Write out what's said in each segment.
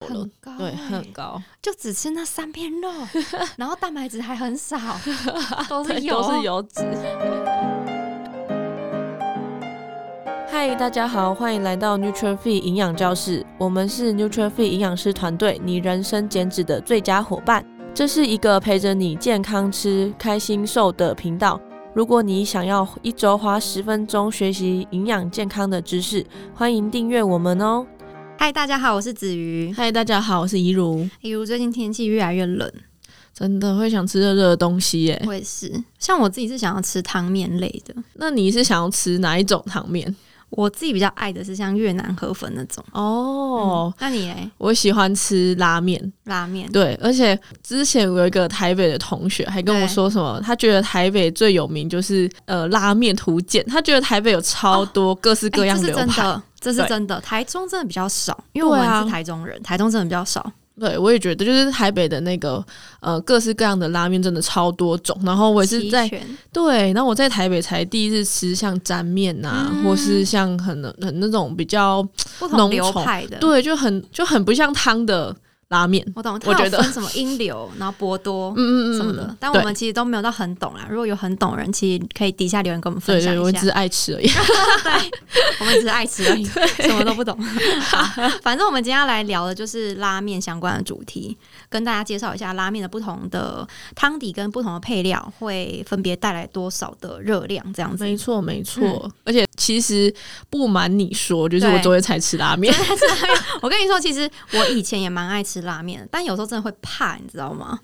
了很，高哦对，欸很高，就只吃那三片肉， 然后蛋白质还很 少，都是对油，都是。哦油脂。嗨，大家好，欢迎来到 NutriFit 营养教室，我们是 NutriFit 营养师团队，你人生减脂的最佳伙伴。这是一个陪着你健康吃、开心瘦的频道。如果你想要一周花十分钟学习营养健康的知识，欢迎订阅我们哦。嗨，大家好，我是子瑜。嗨，大家好，我是怡如，比如最近天气越来越冷，真的会想吃热热的东西耶。我也是。像我自己是想要吃汤面类的，那你是想要吃哪一种汤面？我自己比较爱的是像越南河粉那种。哦嗯，那你嘞？我喜欢吃拉面，拉面？对，而且之前有一个台北的同学还跟我说什么，他觉得台北最有名就是呃拉面图鉴，他觉得台北有超多各式各哎样这是流真派。的，这是对真的。台中真的比较少，因为我对啊们是台中人，台中真的比较少。对，我也觉得就是台北的那个呃各式各样的拉面真的超多种，然后我也是齐在全对，然后我在台北才第一次吃像沾面呐、嗯或是像很很那种比较不同浓流稠派的，，对，就很就很不像汤的拉面。我懂。它我有觉得分什么英 流，然后博多，嗯什么的，但对我们其实都没有到很懂啦。如果有很懂的人，其实可以底下留言跟我们分对享对，我一只下。是爱吃而已。 我们只是爱吃 而已， 什么都不懂。好反正我们今天要来聊的就是拉面相关的主题，跟大家介绍一下拉面的不同的汤底跟不同的配料会分别带来多少的热量，这样子。嗯没错没错，而且其实不瞒你说，就是我对昨天才吃拉面。但是拉面 我跟你说，其实我以前也蛮爱吃拉面的，但有时候真的会怕，你知道吗？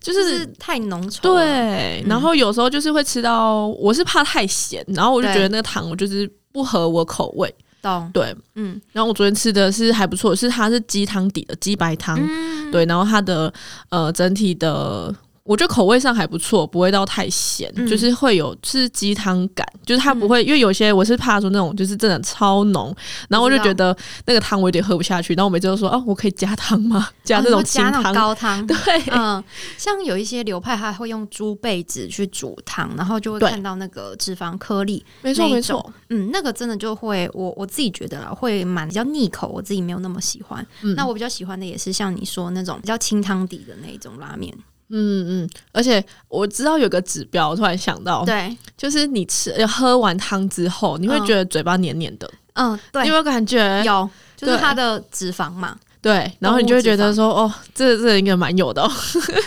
就就是是太浓稠了。嗯对，然后有时候就是会吃到，我是怕太咸，然后我就对觉得那个糖我就是不合我口味。懂，对，嗯然后我昨天吃的是还不错，是它是鸡汤底的鸡白汤，嗯，对，然后它的呃整体的。我觉得口味上还不错，不会到太咸，嗯就是会有是鸡汤感，就是它不会，因为有些我是怕说那种就是真的超浓，然后我就觉得那个汤我有点喝不下去，然后我每次都说啊，我可以加汤吗？ 加哦那你种说清加那种汤，高汤，对，嗯，像有一些流派，他会用猪背脂去煮汤，然后就会对看到那个脂肪颗粒。没错那一没错，嗯，那个真的就会，我我自己觉得啦，会蛮比较腻口，我自己没有那么喜欢。嗯那我比较喜欢的也是像你说那种比较清汤底的那一种拉面。嗯嗯，而且我知道有个指标，我突然想到，对，就是你吃呃喝完汤之后，你会嗯觉得嘴巴黏黏的，嗯，你对有，没有感觉？有，就是对它的脂肪嘛，对，然后你就会觉得说，哦，这这应该蛮有的、哦，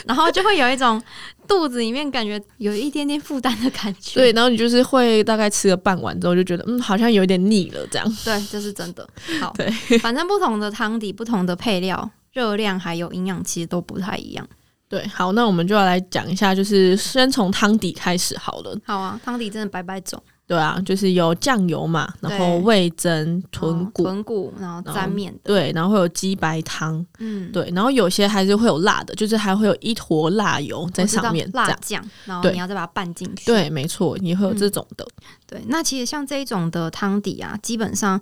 然后就会有一种肚子里面感觉有一点点负担的感觉。对，然后你就是会大概吃了半碗之后，就觉得嗯，好像有点腻了这样。 对，这是真的。好，对，反正不同的汤底、不同的配料、热量还有营养，其实都不太一样。对，好，那我们就要来讲一下，就是先从汤底开始好了。好啊，汤底真的百百种，对啊，就是有酱油嘛，然后对味增、豚哦骨，豚骨，然后然沾后面的，对，然后会有鸡白汤，嗯，对，然后有些还是会有辣的，就是还会有一坨辣油在我知道，上面，这辣样。酱，然后对你要再把它拌进去。对，没错，也会有这种的。对，那其实像这一种的汤底啊，基本上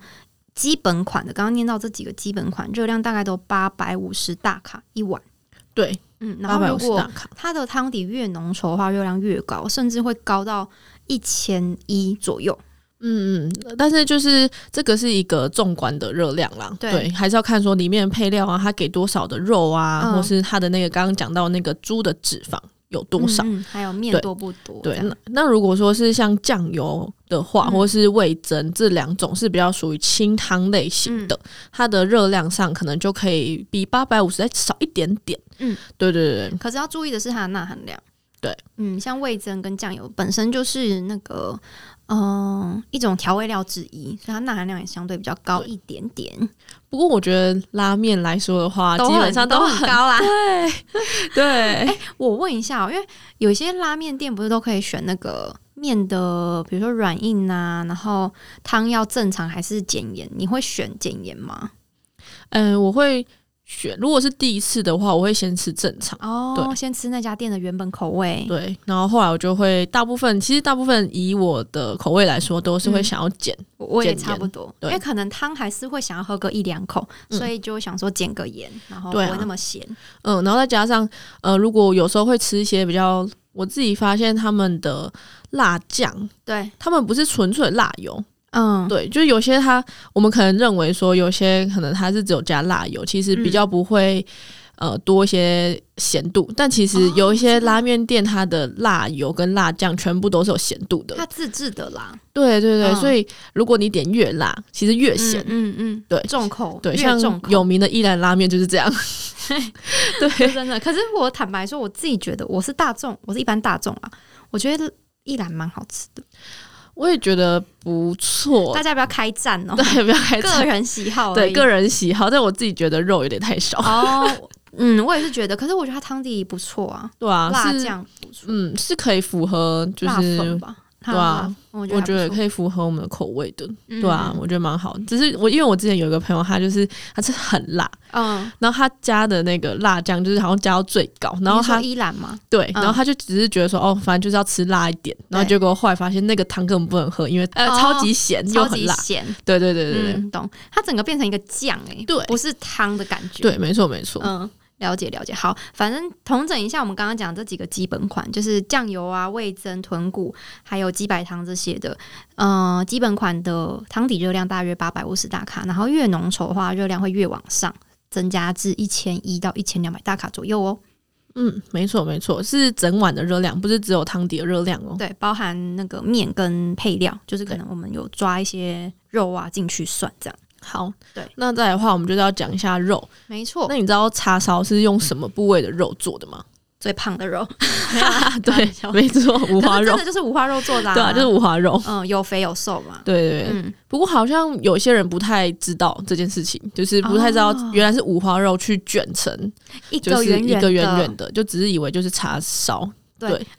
基本款的，刚刚念到这几个基本款，热量大概都八百五十大卡一碗。对，嗯，然八后百如五十果大卡。它的汤底越浓稠的话，热量越高，甚至会高到一千一左右。嗯嗯，但是就是这个是一个纵观的热量啦，对还是要看说里面的配料啊，它给多少的肉啊，嗯或是它的那个刚刚讲到那个猪的脂肪有多少。嗯嗯还有面对多不多？对啊这，样那那如果说是像酱油的话，嗯或是味增这两种是比较属于清汤类型嗯的，它的热量上可能就可以比八百五十再少一点点。嗯，对对对对，可是要注意的是它的钠含量。对，嗯，像味增跟酱油本身就是那个，嗯、一种调味料之一，所以它钠含量也相对比较高一点点，不过我觉得拉面来说的话，都啊基本上很哎都很 高啦。对，我问一下、哦，因为有些拉面店不是都可以选那个面的，比如说软硬啊，然后汤要正常还是减盐？你会选减盐吗？嗯、我会选，如果是第一次的话，我会先吃正常。哦，对先吃那家店的原本口味。对，然后后来我就会大部分，其实大部分以我的口味来说，都是会嗯想要减。我我也减盐差不多，因对为可能汤还是会想要喝个一两口，嗯所以就想说减个盐，然后不对啊会那么咸。嗯然后再加上呃，如果有时候会吃一些比较，我自己发现他们的辣酱，对，啊他们不是纯粹辣油，嗯，对，就是有些它，我们可能认为说，有些可能它是只有加辣油，其实比嗯较不会、呃多一些咸度。但其实哦有一些知道拉面店，它的辣油跟辣酱全部都是有咸度的它。自制的啦，对对对，嗯所以如果你点越辣，其实越咸。嗯嗯嗯，对重口，对，越像重口有名的一兰拉面就是这样。 是对， 真的。可是我坦白说，我自己觉得我是大众，我是一般大众啊，我觉得一兰蛮好吃的，我也觉得不错大。家不要开战哦，对，不要开个战。人喜好而对已个人喜好，但我自己觉得肉有点太少。 哦。嗯，我也是觉得，可是我觉得它汤底不错啊，对啊，辣是酱不错，嗯是可以符合，就辣粉是吧，对啊它有辣粉，我觉得还不错可以符合我们的口味的。嗯对啊，我觉得蛮好。只是我因为我之前有一个朋友，他就是他是很辣，嗯，然后他加的那个辣酱就是好像加到最高，然后你说他依兰嘛，对，嗯然后他就只是觉得说哦，反正就是要吃辣一点，然后对结果后来发现那个汤根本不能喝，因为呃哦超级咸又超很级辣。咸，对对对对对嗯，懂。它整个变成一个酱哎、欸，对不是汤的感觉。对，没错没错。嗯，了解了解。好，反正统整一下，我们刚刚讲这几个基本款，就是酱油啊、味增、豚骨，还有鸡白汤这些的。嗯，基本款的汤底热量大约八百五十大卡，然后越浓稠的话，热量会越往上，增加至一千一到一千两百大卡左右哦。嗯，没错没错，是整碗的热量，不是只有汤底的热量哦。对，包含那个面跟配料，就是可能我们有抓一些肉啊进去算这样。好，对那再来的话，我们就是要讲一下肉。没错那，你知道叉烧是用什么部位的肉做 的吗？最胖的肉， 对， 没错，五可花是肉真的，就是五花肉做的、对啊，就是五花肉。嗯，有肥有瘦嘛。对对对，嗯，不过好像有些人不太知道这件事情，就是不太知道哦原来是五花肉去卷成，一就个是圆一圆个的，圆圆的，就只是以为就是叉烧。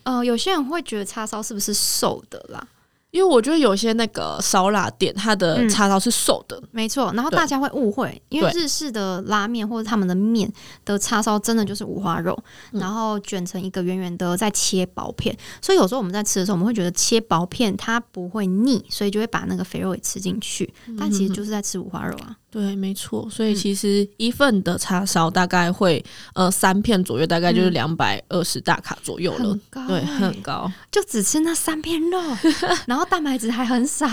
呃，有些人会觉得叉烧是不是瘦的啦？因为我觉得有些那个烧腊店，它的嗯叉烧是瘦的，没错，然后对大家会误会，因为对日式的拉面或者他们的面的叉烧真的就是五花肉，嗯然后卷成一个圆圆的，再切薄片。所以有时候我们在吃的时候，我们会觉得切薄片它不会腻，所以就会把那个肥肉也吃进去，嗯但其实就是在吃五花肉啊。对，没错。所嗯以其实一份的叉烧大概会呃三片左右，大概就是嗯两百二十大卡左右了很。高欸、对，很高， 就只吃那三片肉，然后蛋白质还很 少，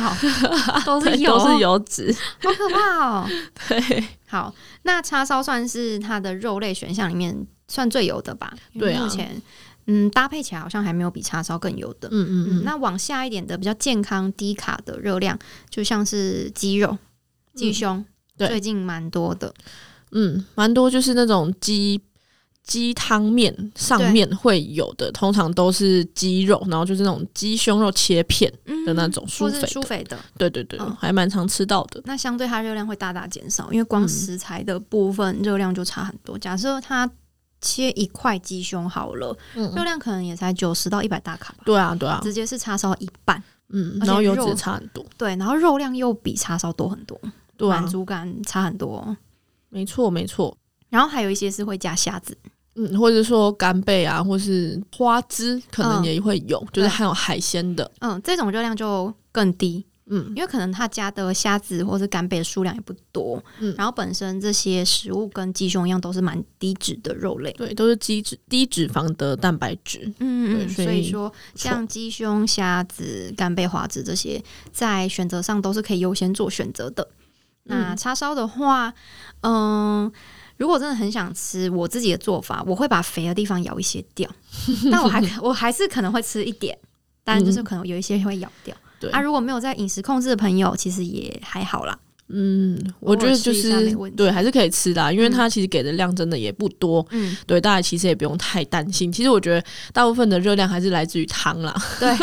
都是对油，都是油 脂。好可怕哦！对，好，那叉烧算是它的肉类选项里面算最油的吧？因为对啊目前嗯搭配起来好像还没有比叉烧更油的。嗯嗯嗯，嗯。那往下一点的比较健康低卡的热量，就像是鸡肉、鸡胸，对最近蛮多的。嗯，蛮多就是那种鸡鸡汤面上面会有的，通常都是鸡肉，然后就是那种鸡胸肉切片嗯的那种或酥是肥酥的，肥的，对对对，嗯还蛮常吃到的。那相对它热量会大大减少，因为光嗯食材的部分热量就差很多。假设它切一块鸡胸好了，热嗯，量可能也才九十到一百大卡吧，对啊对啊，直接是叉烧一半。嗯，而且然后油肉脂差很多，对，然后肉量又比叉烧多很多，对满啊，足感差很多。没错没错。然后还有一些是会加虾子，嗯，或者说干贝啊，或是花枝，可能嗯也会有，就对是还有海鲜的，嗯，这种热量就更低，嗯因为可能它加的虾子或是干贝的数量也不多，嗯然后本身这些食物跟鸡胸一样都是蛮低脂的肉类，对，都是低脂低脂肪的蛋白质。嗯嗯，嗯对所以所以说像鸡胸、虾子、干贝、花枝这些，在选择上都是可以优先做选择的。那嗯叉烧的话，嗯、如果真的很想吃，我自己的做法，我会把肥的地方咬一些 掉，但我还我还是可能会吃一点，但就是可能有一些会咬掉。嗯对啊，如果没有在饮食控制的朋友，其实也还好啦。嗯，我觉得就偶尔吃一下是没问题对，还是可以吃的啊、因为嗯它其实给的量真的也不多，嗯，对，大家其实也不用太担心。其实我觉得大部分的热量还是来自于汤啦， 对，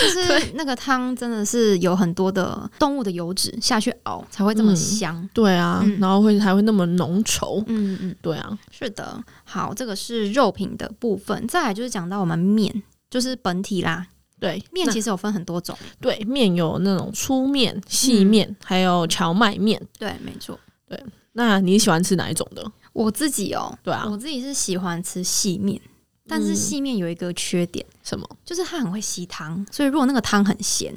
就是那个汤真的是有很多的动物的油脂下去熬才会这么嗯香。对啊，嗯然后会还会那么浓稠，嗯嗯，对啊，是的，好，这个是肉品的部分。再来就是讲到我们面，就是本体啦。对面那其实有分很多种，对面有那种粗面、嗯细面，还有荞麦面。对，没错。那你喜欢吃哪一种的？我自己哦，对啊，我自己是喜欢吃细面，但是嗯细面有一个缺点，什么？就是它很会吸汤，所以如果那个汤很咸，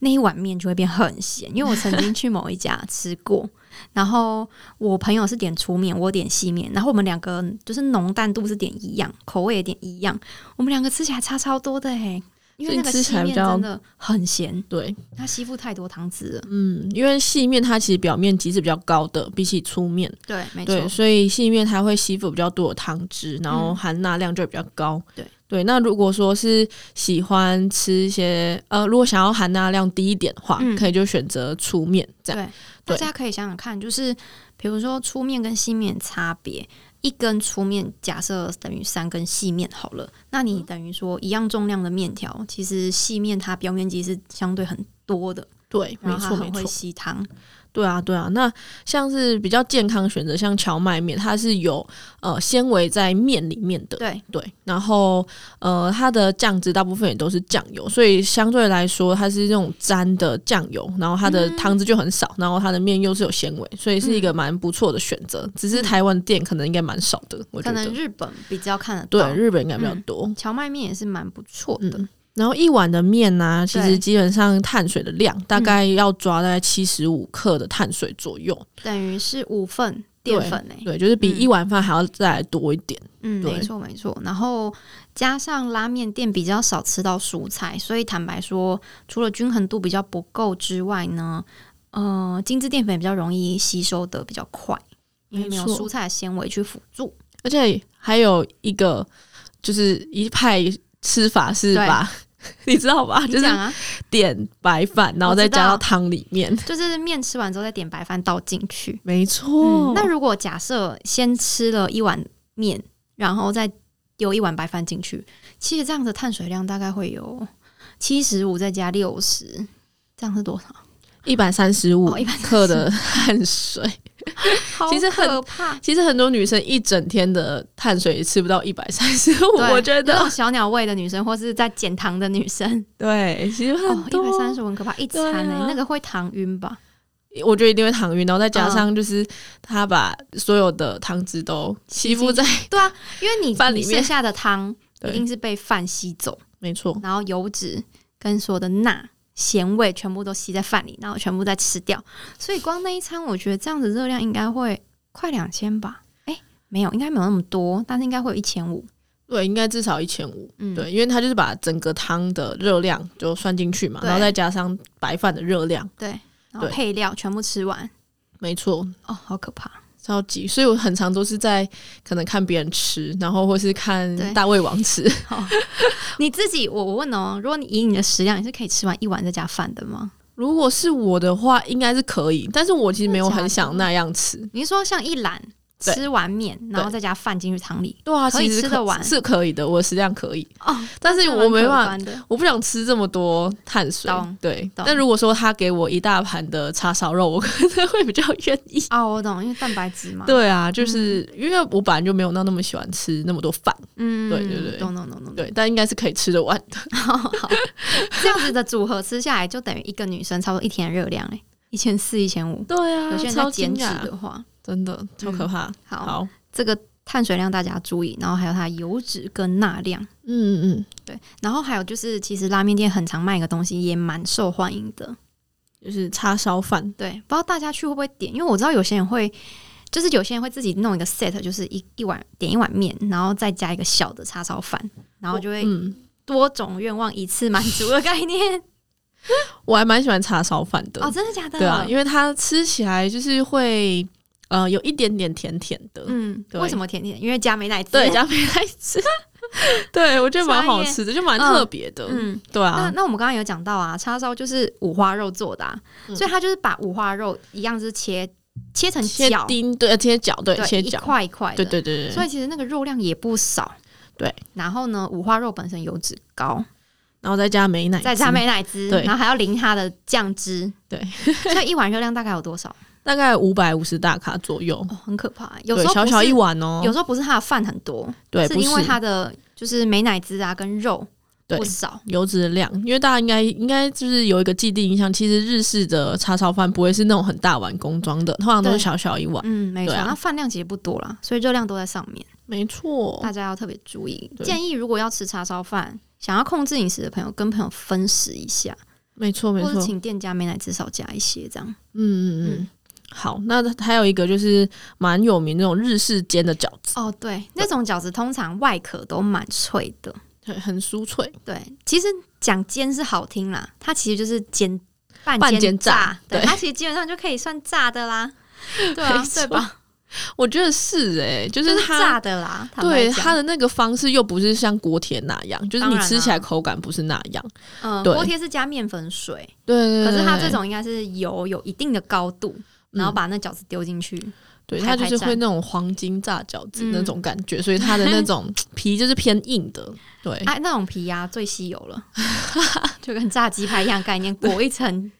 那一碗面就会变很咸。因为我曾 经去某一家吃过，然后我朋友是点粗面，我点细面，然后我们两个就是浓淡度是点一样，口味也点一样，我们两个吃起来差超多的哎、因为那个所以吃起细来面比较真的很咸，对，它吸附太多汤汁了。嗯，因为细面它其实表面极是比较高的，比起粗面，对，没错对，，所以细面它会吸附比较多的汤汁，然后嗯含钠量就会比较高。对对，那如果说是喜欢吃一些呃，如果想要含钠量低一点的话，嗯可以就选择粗面这样。对大对家可以想想看，就是比如说粗面跟细面的差别，一根粗面假设等于三根细面好了，那你嗯等于说一样重量的面条，其实细面它表面积是相对很多的，对，然没后它错没很会错，吸汤。对啊对啊。那像是比较健康的选择，像荞麦面，它是有呃纤维在面里面的。对，对，然后呃，它的酱汁大部分也都是酱油，所以相对来说它是那种沾的酱油，然后它的嗯汤汁就很少，然后它的面又是有纤维，所以是一个蛮不错的选择。只是台湾店可能应该蛮少的，我觉嗯可能得。日本嗯比较看得对，到。日本应该比较多。荞麦面也是蛮不错的，嗯然后一碗的面呢、其对嗯实基本上碳水的量大概要抓大概七十五克的碳水左右，等于是五份淀粉诶、对，就是比嗯一碗饭还要再来多一点。嗯，对没错没错。然后加上拉面店比较少吃到蔬菜，所以坦白说，除了均衡度比较不够之外呢，呃，精致淀粉也比较容易吸收的比较快，因为没有没错蔬菜的纤维去辅助。而且还有一个就是一派吃法是对把， 你知道吧？你就是讲啊，点白饭，然后再加我到知汤里面。就是面吃完之后再点白饭倒进去。没嗯，错、那如果假设先吃了一碗面，然后再丢一碗白饭进去，其实这样的碳水量大概会有七十五再加六十，这样是多少？一百三十五哦135克的碳水，其实很好可怕。其实很多女生一整天的碳水也吃不到一百三十五，对哦我觉那得种 小鸟胃的女生，或是在减糖的女生，对，其实哦很，一多百三十 很可怕，一餐对呢、啊那个会糖晕吧？我觉得一定会糖晕，然后再加嗯上就是他把所有的汤汁都吸附在，对啊，因为你饭里你面剩下的汤一对定是被饭吸走，没错，然后油脂跟所有的钠、咸味全部都吸在饭里，然后全部再吃掉，所以光那一餐，我觉得这样子热量应该会快两千吧？哎、没有，应该没有那么多，但是应该会有一千五。对，应该至少一千五。嗯，对，因为它就是把整个汤的热量就算进去嘛，对然后再加上白饭的热量，对，然后对配料全部吃完，没错，哦，好可怕。超级。所以我很常都是在可能看别人吃，然后或是看对大胃王吃。 你自己，我我问哦，如果你以你的食量，你是可以吃完一碗再加饭的吗？如果是我的话，应该是可以，但是我其实没有很想那样吃。你是说像一篮对吃完面，然后对再加饭进去汤里？对啊，可以其实吃可得完是可以的，我的食量可以，哦， 但是我没办法，法。我不想吃这么多碳水懂。对，懂但如果说他给我一大盘的叉烧肉，我可能会比较 愿意。哦，我懂，因为蛋白质嘛。，对啊，就是、因为我本来就没有那那么喜欢吃那么多饭，嗯，对对对懂懂懂懂。对，但应该是可以吃得完的。好，好这样子的组合吃下来，就等于一个女生差不多一天的热量哎，一千四、一千五。对啊有些人在减脂的话，真的超可怕。好，嗯好，这个碳水量大家注意，然后还有它的油脂跟钠量。嗯嗯，对，然后还有就是，其实拉面店很常卖一个东西，也蛮受欢迎的，就是叉烧饭，对，不知道大家去会不会点，因为我知道有些人会，就是有些人会自己弄一个 set，就是一一碗点一碗面，然后再加一个小的叉烧饭，然后就会嗯，多种愿望一次满足的概念。 我还蛮喜欢叉烧饭的。哦，真的假的？对啊，因为它吃起来就是会呃有一点点甜甜的，嗯，对为什么甜甜？因为加美乃滋。啊对，加美来 吃。对，我觉得蛮好吃的，就蛮特别的。嗯，嗯，对那啊，那我们刚刚有讲到啊，叉烧就是五花肉做的、啊，嗯所以它就是把五花肉一样是切切成切角，丁，对，切角，对，对，切一角，块一块的，对对对所对。以其实那个肉量也不少。对，然后呢，五花肉本身油脂高，然后再加美奶，再加，美乃滋，对然后还要淋它的酱汁，对，所以一碗热量大概有多少？大概五百五十大卡左右。哦，很可怕。有对时，候小不小是一，碗哦有，时候不是它的饭很多，对，是不因为它的就是美乃滋啊跟肉对不少。油脂的量，因为大家应该应该就是有一个既定印象，其实日式的叉烧饭不会是那种很大碗工装的，通常都是对小小一碗。嗯，没错，对啊那饭量其实不多啦，所以热量都在上面，没错大，家要特别注意。哦对建议如果要吃叉烧饭，想要控制饮食的朋友，跟朋友分食一下，没错，没或错者。请店家美乃滋少加一些，这样。嗯嗯嗯嗯。好，那还有一个就是蛮有名那种日式煎的饺子，哦，对，那种饺子通常外壳都蛮脆的，很很酥脆，对，其实讲煎是好听啦，它其实就是煎半半煎炸炸，对，对它其实基本上就可以算炸的啦，对啊 没，错对吧？我觉得是哎、就就是是炸它。的啦，坦白对讲它的那个方式又不是像锅贴那样，就是你当然啊吃起来口感不是那样。嗯，对锅贴是加面粉水，对对可对是它对这种应该是油有一定的高度，然后嗯把那饺子丢进去，对，排它就排是站会那种黄金炸饺子嗯那种感觉，所以它的 那种皮就是偏硬的。对，哎、那种皮呀、最吸油了， 就跟炸鸡排一样概念，裹一层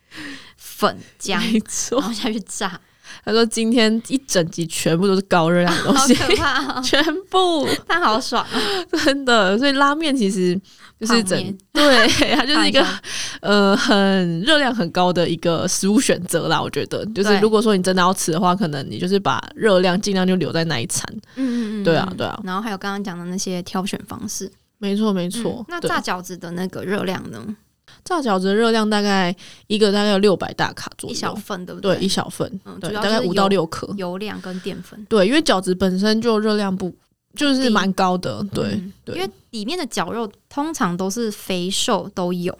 粉浆，没错然。后下去炸，他说今天一整集全部都是高热量的东好西，可怕、 哦，全部但好爽、啊，真的。所以拉面其实就是泡面整 对，它就是一个放松呃很热量很高的一个食物选择啦。我觉得，就是对如果说你真的要吃的话，可能你就是把热量尽量就留在那一餐。嗯嗯嗯，对啊嗯对啊然后还有刚刚讲的那些挑选方式，没错，没嗯错。那对炸饺子的那个热量呢？炸饺子的热量大概一个大概有六百大卡左一小右，份，对不对，一对，小份，嗯对，主要大概就是五到油六克。油量跟淀粉，对，因为饺子本身就热量不就是低蛮高的，对、嗯对因为里面的绞肉通常都是肥瘦都有，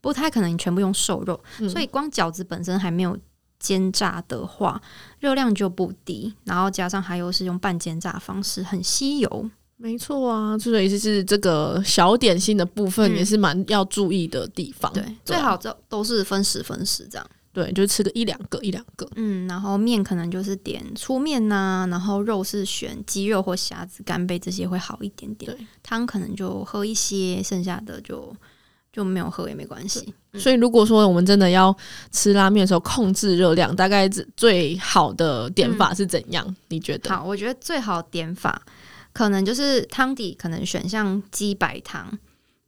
不太可能你全部用瘦肉，嗯所以光饺子本身还没有煎炸的话，热量就不低，然后加上它又是用半煎炸方式，很吸油。没错啊，所以就是这个小点心的部嗯分也是蛮要注意的地方，对，嗯最啊好这都是分十分十这样。对，就吃个一两个一两个，嗯，然后面可能就是点粗面呐、然后肉是选鸡肉或虾子、干贝这些会好一点点对。汤可能就喝一些，剩下的就就没有喝也没关系。嗯所以如果说我们真的要吃拉面的时候控制热量，大概最最好的点法是怎样？你觉得？嗯好，我觉得最好点法可能就是汤底，可能选像鸡白汤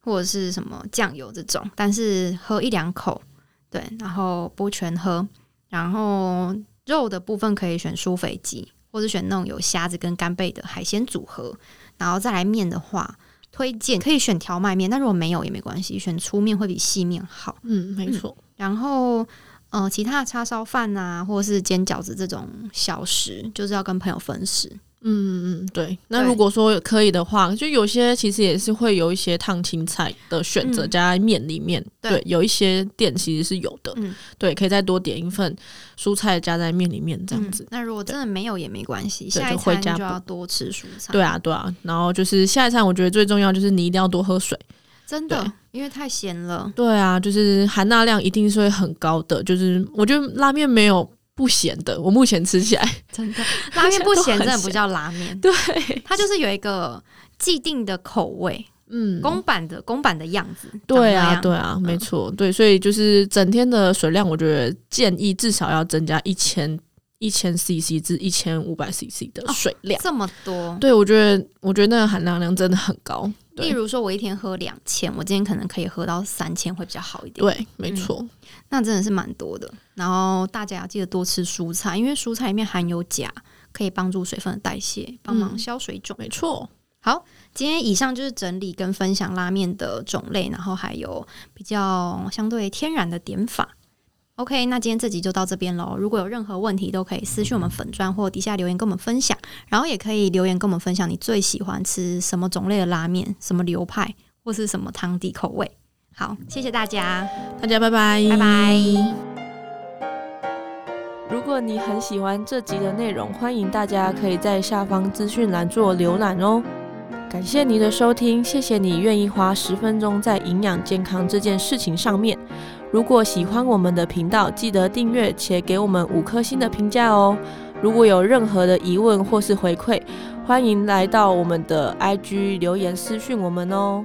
或者是什么酱油这种，但是喝一两口，对，然后不全喝，然后肉的部分可以选酥肥鸡，或者选那种有虾子跟干贝的海鲜组合，然后再来面的话。推荐可以选荞麦面，但如果没有也没关系，选粗面会比细面好。嗯，没错，然后呃，其他的叉烧饭啊，或者是煎饺子这种小食，就是要跟朋友分食。嗯嗯嗯，对。那对如果说可以的话，就有些其实也是会有一些烫青菜的选择嗯加在面里面，对对，有一些店其实是有的，嗯对，可以再多点一份蔬菜加在面里面这样子。嗯那如果真的没有也没关系，对下一就回餐家就补要多吃蔬菜。对，啊，对啊，然后就是下一餐，我觉得最重要就是你一定要多喝水。真的对，因为太咸 了。对啊，就是含钠量一定是会很高的。就是我觉得拉面没有不咸的，我目前吃起来，真的，拉面不咸真的都很不咸叫拉面，对，它就是有一个既定的口味，嗯，公版的公版的样子。对长那啊，样嗯对啊，没错，对，所以就是整天的水量，我觉得建议至少要增加一千一千 CC 至一千五百 CC 的哦水量。这么多。对，我觉得，我觉得那个含钠量真的很高。对例如说，我一天喝两千，我今天可能可以喝到三千，会比较好一点。对，没错，那真的是蛮多的。然后大家要记得多吃蔬菜，因为蔬菜里面含有钾，可以帮助水分的代谢，帮忙嗯消水肿。没错。好，今天以上就是整理跟分享拉面的种类，然后还有比较相对天然的点法。OK，那今天这集就到这边喽。如果有任何问题，都可以私讯我们粉砖或底下留言跟我们分享，然后也可以留言跟我们分享你最喜欢吃什么种类的拉面，什么流派或是什么汤底口味。好，谢谢大家，大家拜拜，拜拜。如果你很喜欢这集的内容，欢迎大家可以在下方资讯栏做浏览哦。感谢你的收听，谢谢你愿意花十分钟在营养健康这件事情上面。如果喜欢我们的频道，记得订阅且给我们五颗星的评价哦。如果有任何的疑问或是回馈，欢迎来到我们的 IG 留言私讯我们哦。